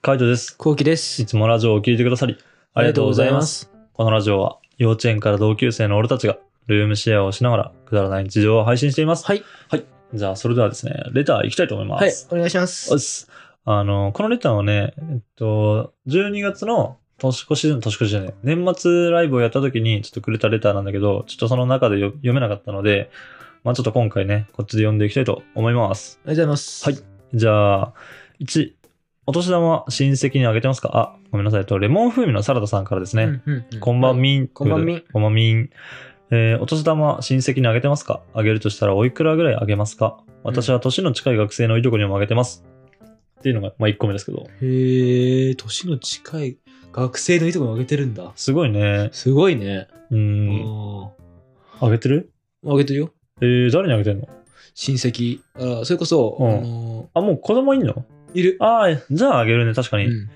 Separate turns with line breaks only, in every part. カイトです。
こうきで
い
す。
つもラジオを聞いてくださり、ありがとうございます。。このラジオは、幼稚園から同級生の俺たちが、ルームシェアをしながら、くだらない日常を配信しています。
はい。
じゃあ、それではですね、レター行きたいと思います。
はい、お願いします
お。っすあの、このレターはね、えっと、12月の年越し、年越しじゃない、年末ライブをやった時にちょっとくれたレターなんだけど、ちょっとその中でよ読めなかったので、まあちょっと今回ね、こっちで読んでいきたいと思います。
ありがとうございます。
はい。じゃあ、1、お年玉親戚にあげてますかあ、ごめんなさい。えっと、レモン風味のサラダさんからですね。
うんうんうん
こんばんみん。
こんばんみん
こんばんみん。えーお年玉親戚にあげてますかあげるとしたらおいくらぐらいあげますか私は年の近い学生のいとこにもあげてます。っていうのが、まあ、1個目ですけど。
へえ、年の近い学生のいいとこにあげてるんだ。
すごいね。
すごいね。
う。
うん
あげてる
あげてるよ。
えー誰にあげてんの
親戚。あそれこそ、
うん
あの
あ、もう子供いんの
いる。
ああ、じゃああげるね、確かに。
うん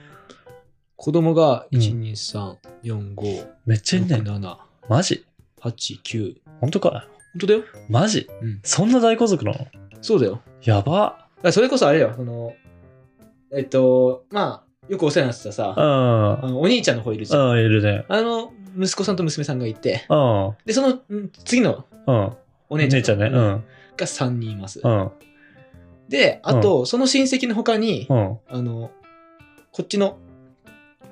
子供が、
うん
1、2、3、4、5、
めっちゃいんね
6、
んな。
7、
マジ
8、9。
本当か
本当だよ。
マジ
うん
そんな大家族なの
そうだよ。
やば。
あそれこそあれだよ。その、えっと、まあ、よくお世話になってたさ、
うん
あ。のお兄ちゃんの方いるじゃん。
うん、いるね。
あの、息子さんと娘さんがいて、
うん。うん。
で、そのん次のお
お
姉ちゃんと
ね。うん。
が3人います
う。ん。
で、あと、その親戚の他に
う、ん。
あの、こっちの、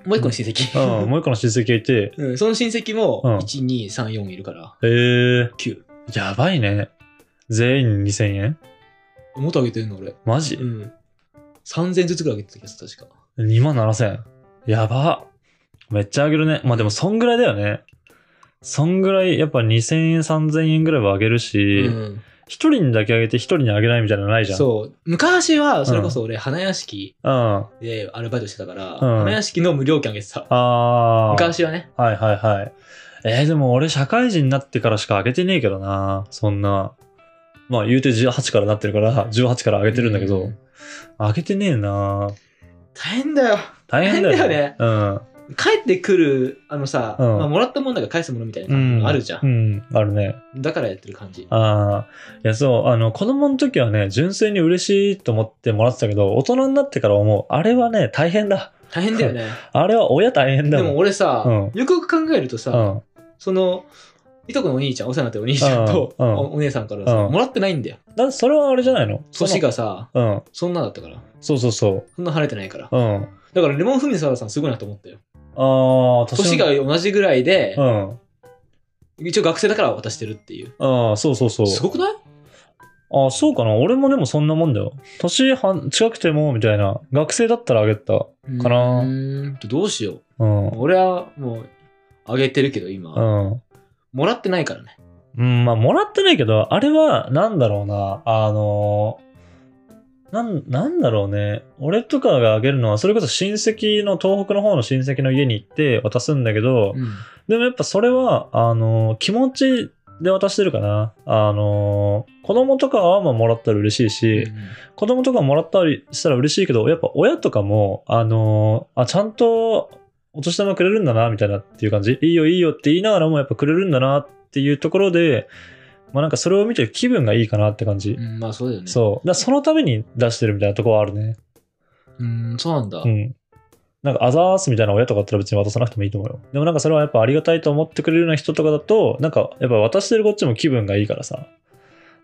もう一個の親
うん。
戚。
もう一個の親戚がいて、
うん、その親戚も、
うん
1、2、3、4いるから、
えー、
9。
やばいね。全員2000円
もっと上げてるの俺。
マジ、
うん。3000ずつぐらい上げてた気がする、確か。
?2 万7000やば。めっちゃ上げるね。まあでも、そんぐらいだよね。そんぐらい、やっぱ2000円、3000円ぐらいは上げるし、
うん。
一、人にだけ上げて一人に上げないみたいなのないじゃん。う。
そう。昔は、それこそ俺、花屋敷
ん。あ
でアルバイトしてたから、
ん
花屋敷の無料券あげてた。
あー。
昔はね。
はいはいはい。えー、でも俺、社会人になってからしか上げてねえけどな。そんな。まあ、言うて18からなってるから、18から上げてるんだけど、
うん
上げてねえな。
大変だよ。
大変だよね。
帰ってくる、あのさ、
うん
まあ、もらったもんだから返すものみたいな
う
感
ん。
じ
うん。
もあるじゃ。
うんん、あるね。
だからやってる感じ。
ああ。いや、そう、あの、子供の時はね、純粋に嬉しいと思ってもらってたけど、大人になってから思う。あれはね、大変だ。
大変だ よね。
あれは親大変
で
だも
も
ん。
俺さ、
う
よくよく考えるとさ、
うん。
その、いとこのお兄ちゃん、お世話になってるお兄ちゃんと、
うんうん
おお姉さんからさ、
うん
もらってないんだよ。
だそれはあれじゃないの
年。がさ、
そのうん。
そんなだったから。
そうそうそ
そんな晴れてないから。
う。うん。
だから、レモンフミサラさんすごいなと思ったよ。
ああ、
年が
の
同じぐらいで、
うん。
一応学生だから渡してるっていう。
ああ、そうそうそう。
すごくない
ああ、そうかな。俺もでもそんなもんだよ。年半近くても、みたいな。学生だったらあげてた。かな
うーんと、どうしよ
うん。
う。俺はもう、あげてるけど、今、
うん。
もらってないからね。
うん、まあ、もらってないけど、あれは、なんだろうな、あのーなん、なんだろうね。俺とかがあげるのは、それこそ親戚の、東北の方の親戚の家に行って渡すんだけど、
うん。
でもやっぱそれは、あのー気持ちで渡してるかな。あのー子供とかはまあもらったら嬉しいし、
うん
子供とかもらったりしたら嬉しいけど、やっぱ親とかも、あのーあ、ちゃんとお年玉くれるんだな、みたいなっていう感じ。いいよ、いいよって言いながらも、やっぱくれるんだなっていうところで、まあなんかそれを見てる気分がいいかなって感じ。
うん、まあそうだよね。う。
そう。だからそのために出してるみたいなとこはあるね。
うん、そうなんだ。
うん。なんか、あざーすみたいな親とかだったら別に渡さなくてもいいと思うよ。でもなんかそれはやっぱありがたいと思ってくれるような人とかだと、なんかやっぱ渡してるこっちも気分がいいからさ。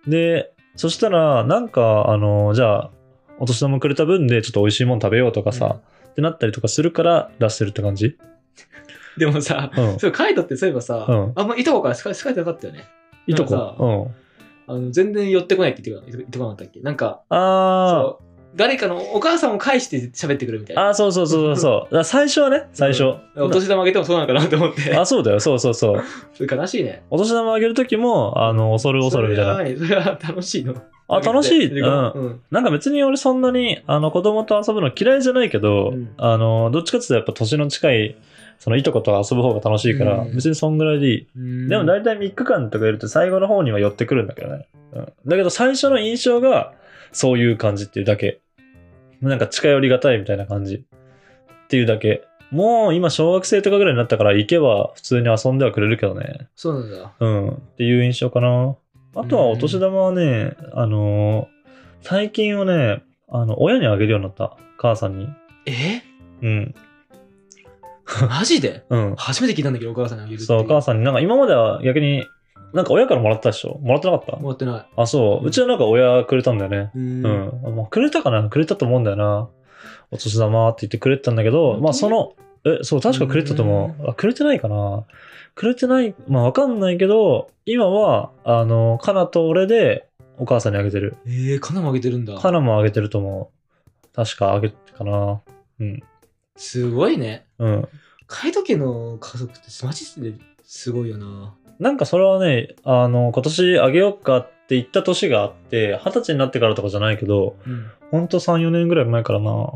で、そしたら、なんか、あの、じゃあ、お年玉くれた分でちょっと美味しいもん食べようとかさ、ってなったりとかするから出してるって感じ
でもさ、
うん。
そう、カイトってそういえばさ、
うん
あんまいとこから好か好かれてなかったよね。
いと
なんかさ
こ。うん。
あの全然寄ってこないって言ってこない言ってこなかったっけなんか、
あ
そう誰かのお母さんを介して喋ってくるみたい
ー、
な。
あーそうそうそうそうそう。だから最初はね、最初。
お年玉あげてもそうなのかなと思って。
あ、そうだよ、そうそうそう。
それ悲しいね。
お年玉あげるときも、あの、恐る恐るみたいな。
いな。それは楽しいの。
あ、楽しい。うん。
うん。
なんか別に俺そんなにあの子供と遊ぶの嫌いじゃないけど、
うん
あのどっちかっていうとやっぱ年の近いそのいとこと遊ぶ方が楽しいから、
うん
別にそんぐらいでいい、
うん
でも大体3日間とかいると最後の方には寄ってくるんだけどね、うん、だけど最初の印象がそういう感じっていうだけなんか近寄りがたいみたいな感じっていうだけもう今小学生とかぐらいになったから行けば普通に遊んではくれるけどね
そうなんだ。
うん、っていう印象かな。あとはお年玉はね、あのー最近はね、あの、親にあげるようになった。母さんに。
え
うん。
マジで
うん。
初めて聞いたんだけど、お母さんにあげるってい
そう、お母さんに、なんか今までは逆に、なんか親からもらったでしょもらってなかった
ん。もらってな
あ、そうう。
ん
うちはなんか親くれたんだよね。
い。う
うんん。まあくれたかなくれたと思うんだよな。お年玉って言ってくれてたんだけど、
本当
まあその、え、そう、確かくれてたと思う。あ、くれてないかなくれてない、まあわかんないけど、今は、あの、かなと俺でお母さんにあげてる。
えー、カナもあげてるんだ。
かなもあげてると思う。確かあげてかな。うん。
すごいね。
うん。
海斗家の家族ってマジですごいよな。
なんかそれはね、あの、今年あげようかって言った年があって、二十歳になってからとかじゃないけど、
うん。
ほんと3、4年ぐらい前からな。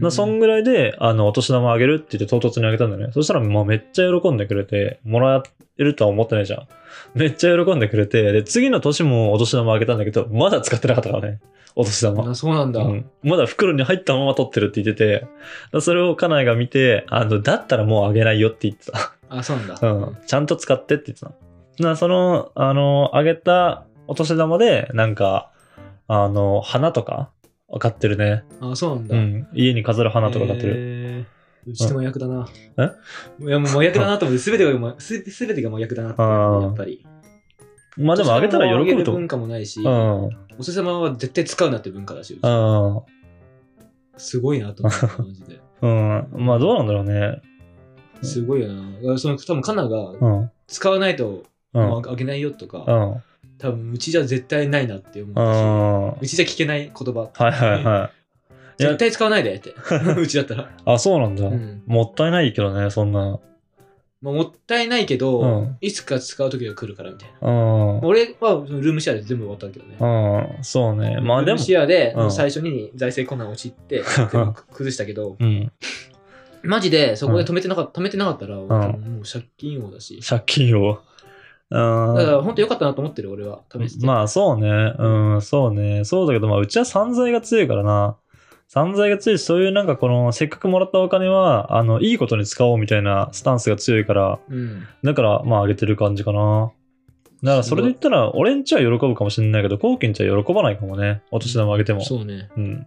なそんぐらいで、あの、お年玉あげるって言って唐突にあげたんだよね。そしたら、まあめっちゃ喜んでくれて、もらえるとは思ってないじゃん。めっちゃ喜んでくれて、で、次の年もお年玉あげたんだけど、まだ使ってなかったからね。お年玉。
あそうなんだ。
うん、まだ袋に入ったまま取ってるって言ってて、だからそれを家内が見て、あの、だったらもうあげないよって言ってた。
あ、そうなんだ。
うん。 ちゃんと使ってって言ってた。な、その、あの、あげたお年玉で、なんか、あの、花とか、買ってるね。
あ、そうなんだ。
うん。家に飾る花とか買ってる。
る。うちでも役だな。
え
いや、もう麻薬だなと思って、すべてが麻、すべてが麻薬だなって思う、
あー
やっぱり。
まあでもあげたら喜ぶと
お
思う。
年玉をあげる文化もないし、
う
お
ん。うん。
年様は絶対使うなって文化だし、うちすごいなと思った、マジで。
うん。まあどうなんだろうね。
すごいよな。だからその多分カナが
うん。
使わないと、
う
も
ん。
うあげないよと
う
か、
ん。
多分うちじゃ絶対ないなって思
うん。
う
は
し、うちじゃ聞けない言葉。。
いはいはいいや
絶対使わないで って、うちだったら。
い。あ、そうなんだ。
うん
もったいないけどね、そんな。
まあ、もったいないけ
う
ど
ん、
いつか使う時が来るからみたいな。
うん。
俺はそのルームシェアで全部終わったけどね。
うん。そうね。まあで
ルーム
も。
シェアで
うん
もう最初に財政困難陥って、全部崩したけど、
うん。
マジでそこで止めてなかった、止めてなかったら、
ん
もう借金王だし。
借金を。う
だから
ん。
本当良かったなと思ってる、俺は。試して。
まあそうね。うん、そうね。そうだけど、まあうちは散財が強いからな。散財が強いし、そういうなんかこの、せっかくもらったお金は、あの、いいことに使おうみたいなスタンスが強いから、
うん。
だから、まああげてる感じかな。だからそれで言ったら、俺んちは喜ぶかもしれないけど、こうきんちは喜ばないかもね。お年玉あげても。
そうね。
うん。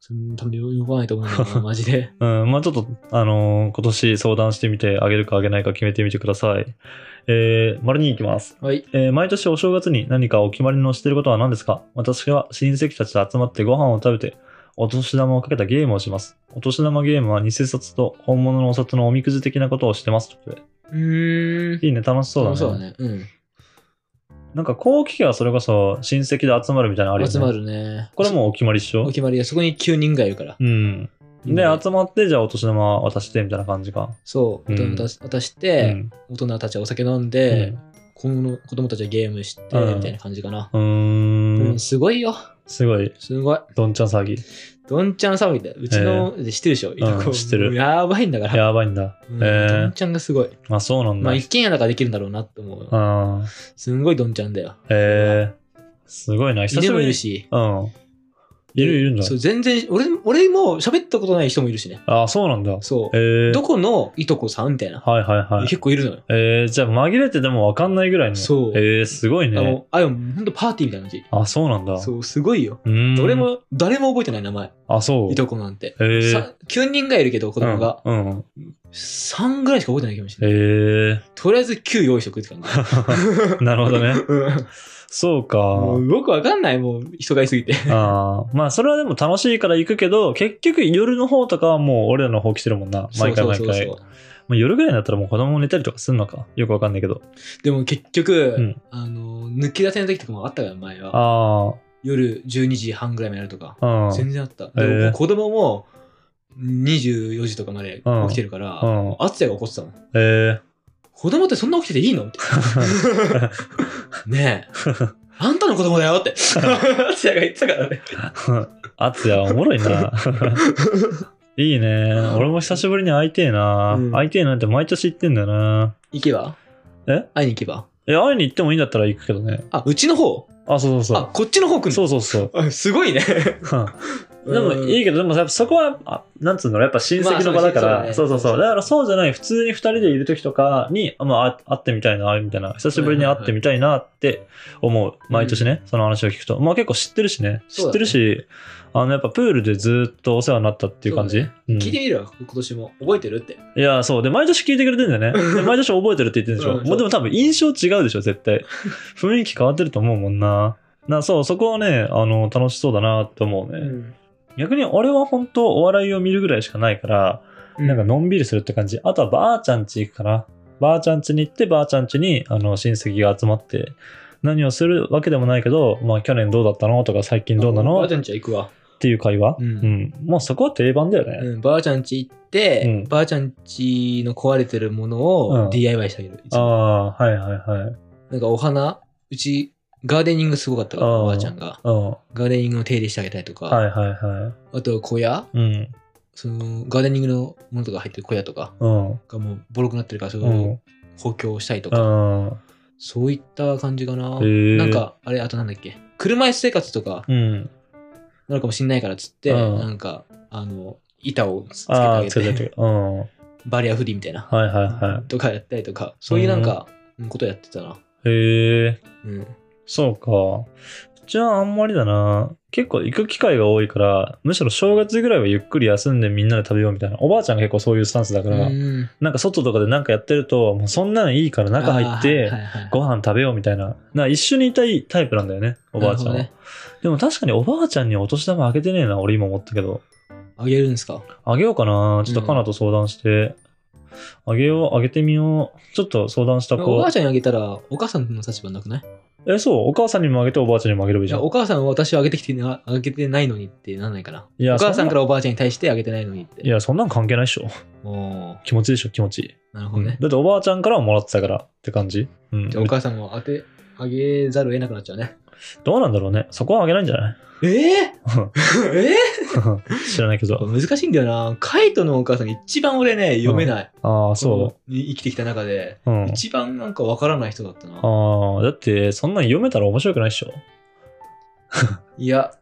その多分喜ばないと思うん だよな、マジで。
うん、まあちょっと、あのー今年相談してみて、あげるかあげないか決めてみてください。えー、丸に行きます。
はい。
えー毎年お正月に何かお決まりのしてることは何ですか私は親戚たちと集まってご飯を食べて、お年玉をかけたゲームをします。お年玉ゲームは偽札と本物のお札のおみくじ的なことをしてます。ということで
うーん。
いいね、楽しそうだね。
そうだね。う
なんか後期はそれこそ親戚で集まるみたいなのあるよ
ん。
ね。
集ま。るね。
これもうお決まりっし
お
ょ
決まりで、そこに9人がいるから。
うん。で、
うん
集まって、じゃあお年玉渡してみたいな感じか。
そう。
う
大
ん
人渡渡し
う
て、
ん。
大人たちはお酒飲ん
う
で
ん、
子供の子供たちはゲームして、
うん
みたいな感じかな。
う
う
ーん
ん、。すごいよ。
すごい、
すごい。
どんちゃん騒ぎ。
どんちゃん騒ぎだよ。うちの、知ってるでしょ、
うん知ってる
もうやばいんだから。
やばいんだ。
うんど
え
んちゃんがすごい。
ー、まあそうなん
ま
だ。
あ、一軒家だからできるんだろうなって思うよ。
あー
すんごいどんちゃんだよ。
へえすごいな、久し
犬
ぶ
も
りに
いる。し。
うん。いるいるんだ
そう、。全然、俺、俺も喋ったことない人もいるしね。
あ、そうなんだ。
そう。
ええ
どこのいとこさんみたいな。
はいはいはい。
結構いるのよ。
ええじゃあ紛れてでも分かんないぐらいの。
そう
ええすごい
あ
ね。
の、あ、でも、ほんとパーティーみたいな感じ。
あ、そうなんだ。う
そう、すごいよ。
ーん。
俺。も、誰も覚えてない名前。
あ、そう。
いとこなんて。
ええ
さ9人がいるけど、子供が。
うん。うん
3ぐらいしか覚えてないかもしれない。
え
とりあえず9用意しとくって 感じ。
え なるほどね。
うん
そう
も
か。
うよくわかんない、もう人がいすぎて。
あーまあ、それはでも楽しいから行くけど、結局夜の方とかはもう俺らの方来てるもんな。 毎回毎
そうそう
回。
そう
ま
そう
あ、夜ぐらいになったらもう子供寝たりとかすんのか。よくわかんないけど。
でも結局、
うん
あの、抜け出せの時とかもあったから、前は。
あ
夜12時半ぐらいまでやるとか。
あ。うん。
全然あった。
へえ
でも子供も24時とかまで起きてるから、
うん。
暑さが起こってたもん。
ええ
子供ってそんな起きてていいのみ たいな。ねえ。あんたの子供 だよって。暑也が言ってたからね。
あつや、おもろい な。いいね。俺も久しぶりに会いてえな。
うん
会いてえなんて毎年行ってんだよな。
行けば
え
会いに行けば
え、会いに行ってもいいんだったら行くけどね。
あ、うちの方
あ、そうそう
あ、
そ
こっちの方来
う。
んの
そうそうそう。
あすごいね。
でもいいけど、でもやっぱそこは、あなんつうの、やっぱ親戚の場だか
まあ
ら、
そ
そうう
そ
そうう
そう
そう。だからそうじゃない、普通に二人でいる時とかに、あまあ、あ会ってみたいな、みたいな、久しぶりに会ってみたいなって思う。毎年ね、その話を聞くと。まあ結構知ってるしね。
そ
知っ
うだね
てるし、あの、やっぱプールでずっとお世話になったっていう感じ。
そう
うん
聞いてみるわ、今年も。覚えてるって。
いや、そう。で、毎年聞いてくれてんだよ ね。で毎年覚えてるって言ってるんでしょ。
うん
もうでも多分印象違うでしょ、絶 対。雰囲気変わってると思うもんな。な、そう、そこはね、あの、楽しそうだなって思うね。逆に俺は本当お笑いを見るぐらいしかないから、なんかのんびりするって感じ。あとはばあちゃんち行くかな。ばあちゃんちに行って、ばあちゃんちにあの親戚が集まって、何をするわけでもないけど、まあ去年どうだったのとか最近どうな
ば
の
あ
っ
ちゃんちは行くわ。
ていう会話。
う
うんん。もうそこは定番だよね。
うん、ばあちゃんち行って、
うん
ばあちゃんちの壊れてるもの
う
を
ん
DIY してあげる。いつも
ああー、はいはいはい。
なんかお花、うち、ガーデニングすごかったから、
あー
ばあちゃんが。
うん。は
ガーデニングの手入れしてあげたりと
い
か、
はいは
あとは小屋、
い。うん。
そのガーデニングのものとか入ってる小屋とか
うん。
がもうボロくなってるから、それ
う
を
ん。
補強したりと
う
か、
ん。
そういった感じかな。
ー
なんか、あれ、あとなんだっけ、車椅子生活とか
うん。
なるかもしんないからっつって、
うん
なんか、あの、板をつつけて
あ
あ
あ、
げ
つけて
て、
る。うん。はい
バリアフリーみたいな、
はいは
とかやったりとか、そういうなんか、うんことやってたな。
い。へえ。
うん。
そうか。うちはあんまりだな。結構行く機会が多いから、むしろ正月ぐらいはゆっくり休んでみんなで食べようみたいな。おばあちゃんが結構そういうスタンスだから、
うん
なんか外とかでなんかやってると、もうそんなのいいから中入っ
あー
て、
はいはいはい
ご飯食べようみたいな。なんか一緒にいたいタイプなんだよね、おばあちゃんは。
なる
でも確かにおばあちゃんにお年玉あげてねえな、俺今思ったけど。
あげるんですか
あげようかな。ちょっとカナと相談して。あげよう、あげてみよう。ちょっと相談した
お
子
ばあ。ちゃんにあげたら、お母さんの立場なくない
え、そう、お母さんにもあげておばあちゃんにもあげればいい
い
じゃ
や、
ん。
お母さんは私をあげてきてな、あげてないのにってなんないかな。
いや
お母さん
そ
か
な
らおばあちゃんに対してあげてないのにって。
いや、そんなん関係ないでしょ。
おー
気持ちいいでしょ気持ちいい、
なるほどね。
だっておばあちゃんからはもらってたからって感じ、うん、
じゃあお母さんも当て、あげざるを得なくなっちゃうね。
どうなんだろうねそこはあげないんじゃ ない
ええ ええ
知らないけど
難しいんだよな。カイトのお母さんが一番俺ね、読めない。
ああそ
の生きてきた中で、
ううん
一番なんかわからない人だったな。
ああだってそんなん読めたら面白くないっしょ
いや、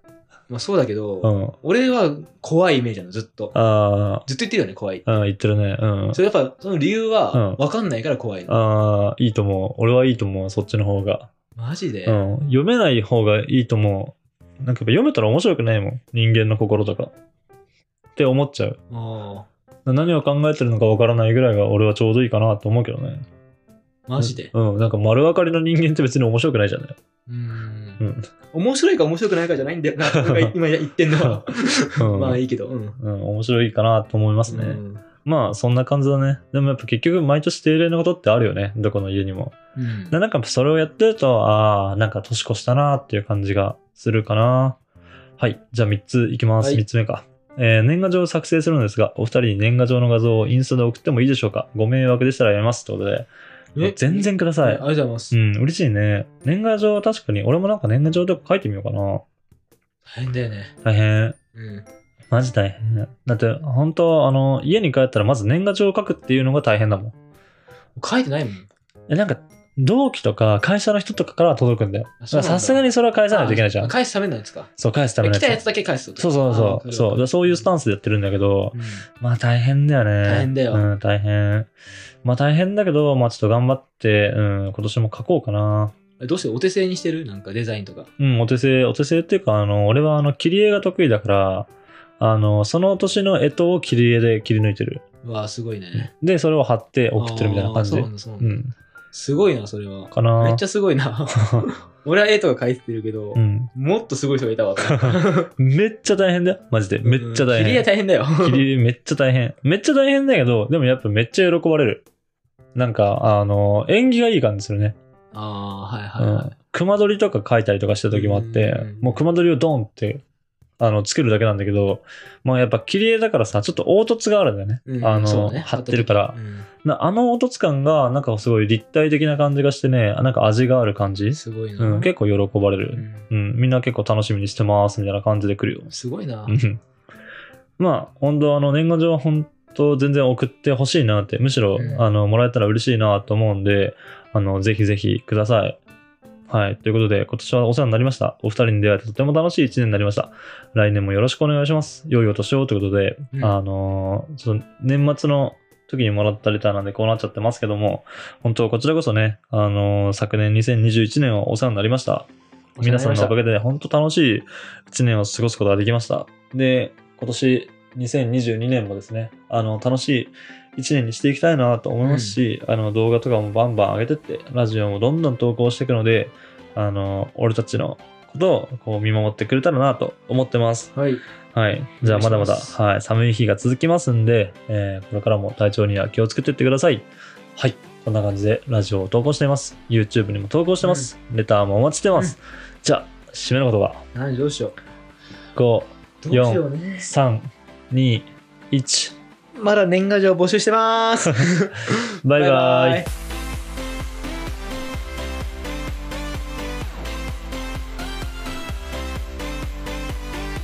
まあそうだけど、
うん
俺は怖いイメージなの、ずっと。
あ
ずっと言ってるよね、怖いって。
あうん言ってるねうん
それやっぱ、その理由は
うん、
わかんないから怖いの。
ああいいと思う俺はいいと思うそっちの方が、
マジで、
うん読めない方がいいと思うなんかやっぱ読めたら面白くないもん人間の心とかって思っちゃう
あ
何を考えてるのかわからないぐらいが俺はちょうどいいかなと思うけどね
ーマジで。
うん、なんか丸分かりの人間って別に面白くないじゃない。
うーん
うん。
面白いか面白くないかじゃないんだよ な。なんか今言ってんのは。
うん、
まあいいけど。うん。
うん、面白いかなと思いますね。
うん
まあそんな感じだね。でもやっぱ結局毎年定例のことってあるよね、どこの家にも。
うん
でなんかそれをやってると、ああ、なんか年越したなっていう感じがするかな。はい、じゃあ3ついきます。
はい
3つ目か。えー年賀状を作成するのですが、お二人に年賀状の画像をインスタで送ってもいいでしょうかご迷惑でしたらやめますってことで、
え
全然くだ
あ
さい
りが。とうございます
う。ん、嬉しいね。年賀状は確かに、俺もなんか年賀状とか書いてみようかな。
大変だよね。
大変。
うん。
マジ大変。だって、本当あの、家に帰ったらまず年賀状を書くっていうのが大変だもん。
書いてないもん。
え、なんか、同期とか会社の人とかから届くんだよ。
あ
だ
そ
か
う
ら
なんだ
さすがにそれは返さないといけないじゃ
あ
ん。
返すためなんですか。
そう、返すための
来たや
や
つ
つ。
だけ返すってこと
そうそう
あ
そ
わか
う。
る
そう。だからそういうスタンスでやってるんだけど、
うん
まあ大変だよね。
大変だよ
うん、大変。まあ大変だけど、まあちょっと頑張って、うん、今年も書こうかな。
えどうしてお手製にしてるなんかデザインとか。
うん、お手製、お手製っていうか、あの、俺はあの、切り絵が得意だから、あの、その年の干支を切り絵で切り抜いてる。
うわあ、すごいね。
で、それを貼って送ってるみたいな感
あーそ
じ。う
うなんだ、そうなんだ。
ん。
すごいな、それは。
かな
めっちゃすご いな。俺は絵とか描いてるけど
う、ん。
もっとすごい人がいたわ。
めっちゃ大変だよ。マジで。 めっちゃ大
切り
変。
絵大変だよ。
切り絵めっちゃ大変。めっちゃ大変だけど、でもやっぱめっちゃ喜ばれる。なんか、あの、縁起がいい感じするね。
ああ、はいは
う
いはい
ん。。熊取りとか描いたりとかした時もあって
うん、
もう熊取りをドンって、あの、作るだけなんだけど、まあやっぱ切り絵だからさ、ちょっと凹凸があるんだよね。
うん
あ
そ
の、
うね
貼ってるから
う。ん
なあの凹凸感が、なんかすごい立体的な感じがしてね、なんか味がある感じ。
すごいな。
うん、結構喜ばれ
う
る、
ん
うん。みんな結構楽しみにしてますみたいな感じで来るよ。
すごいな
う。んまあ、本当あの、年賀状は本当全然送ってほしいなって、むしろ、
うん
あの、もらえたら嬉しいなと思うんで、あの、ぜひぜひください。はい。ということで、今年はお世話になりました。お二人に出会えてとても楽しい一年になりました。来年もよろしくお願いします。良いお年をということで、
うん
あのーちょっと年末の時にもらったレターなんでこうなっちゃってますけども、本当こちらこそね、あのー昨年2021年はお世話になりました。皆さんのおかげで、ね、本当楽しい1年を過ごすことができました。で、今年2022年もですね、あの、楽しい1年にしていきたいなと思いますし、あの、動画とかもバンバン上げてって、ラジオもどんどん投稿していくので、あの、俺たちのことをこう見守ってくれたらなと思ってます。
はい。
はい。じゃあ、
お願いします
まだまだ、はい、寒い日が続きますんで、えーこれからも体調には気をつけていってください。はい。こんな感じでラジオを投稿しています。YouTube にも投稿してます。レターもお待ちしてます。じゃあ、締めの言葉。
何どうしよ
5、
う。どうしようね。
3、2、1。
まだ年賀状募集してます。
バイバイ。
イ。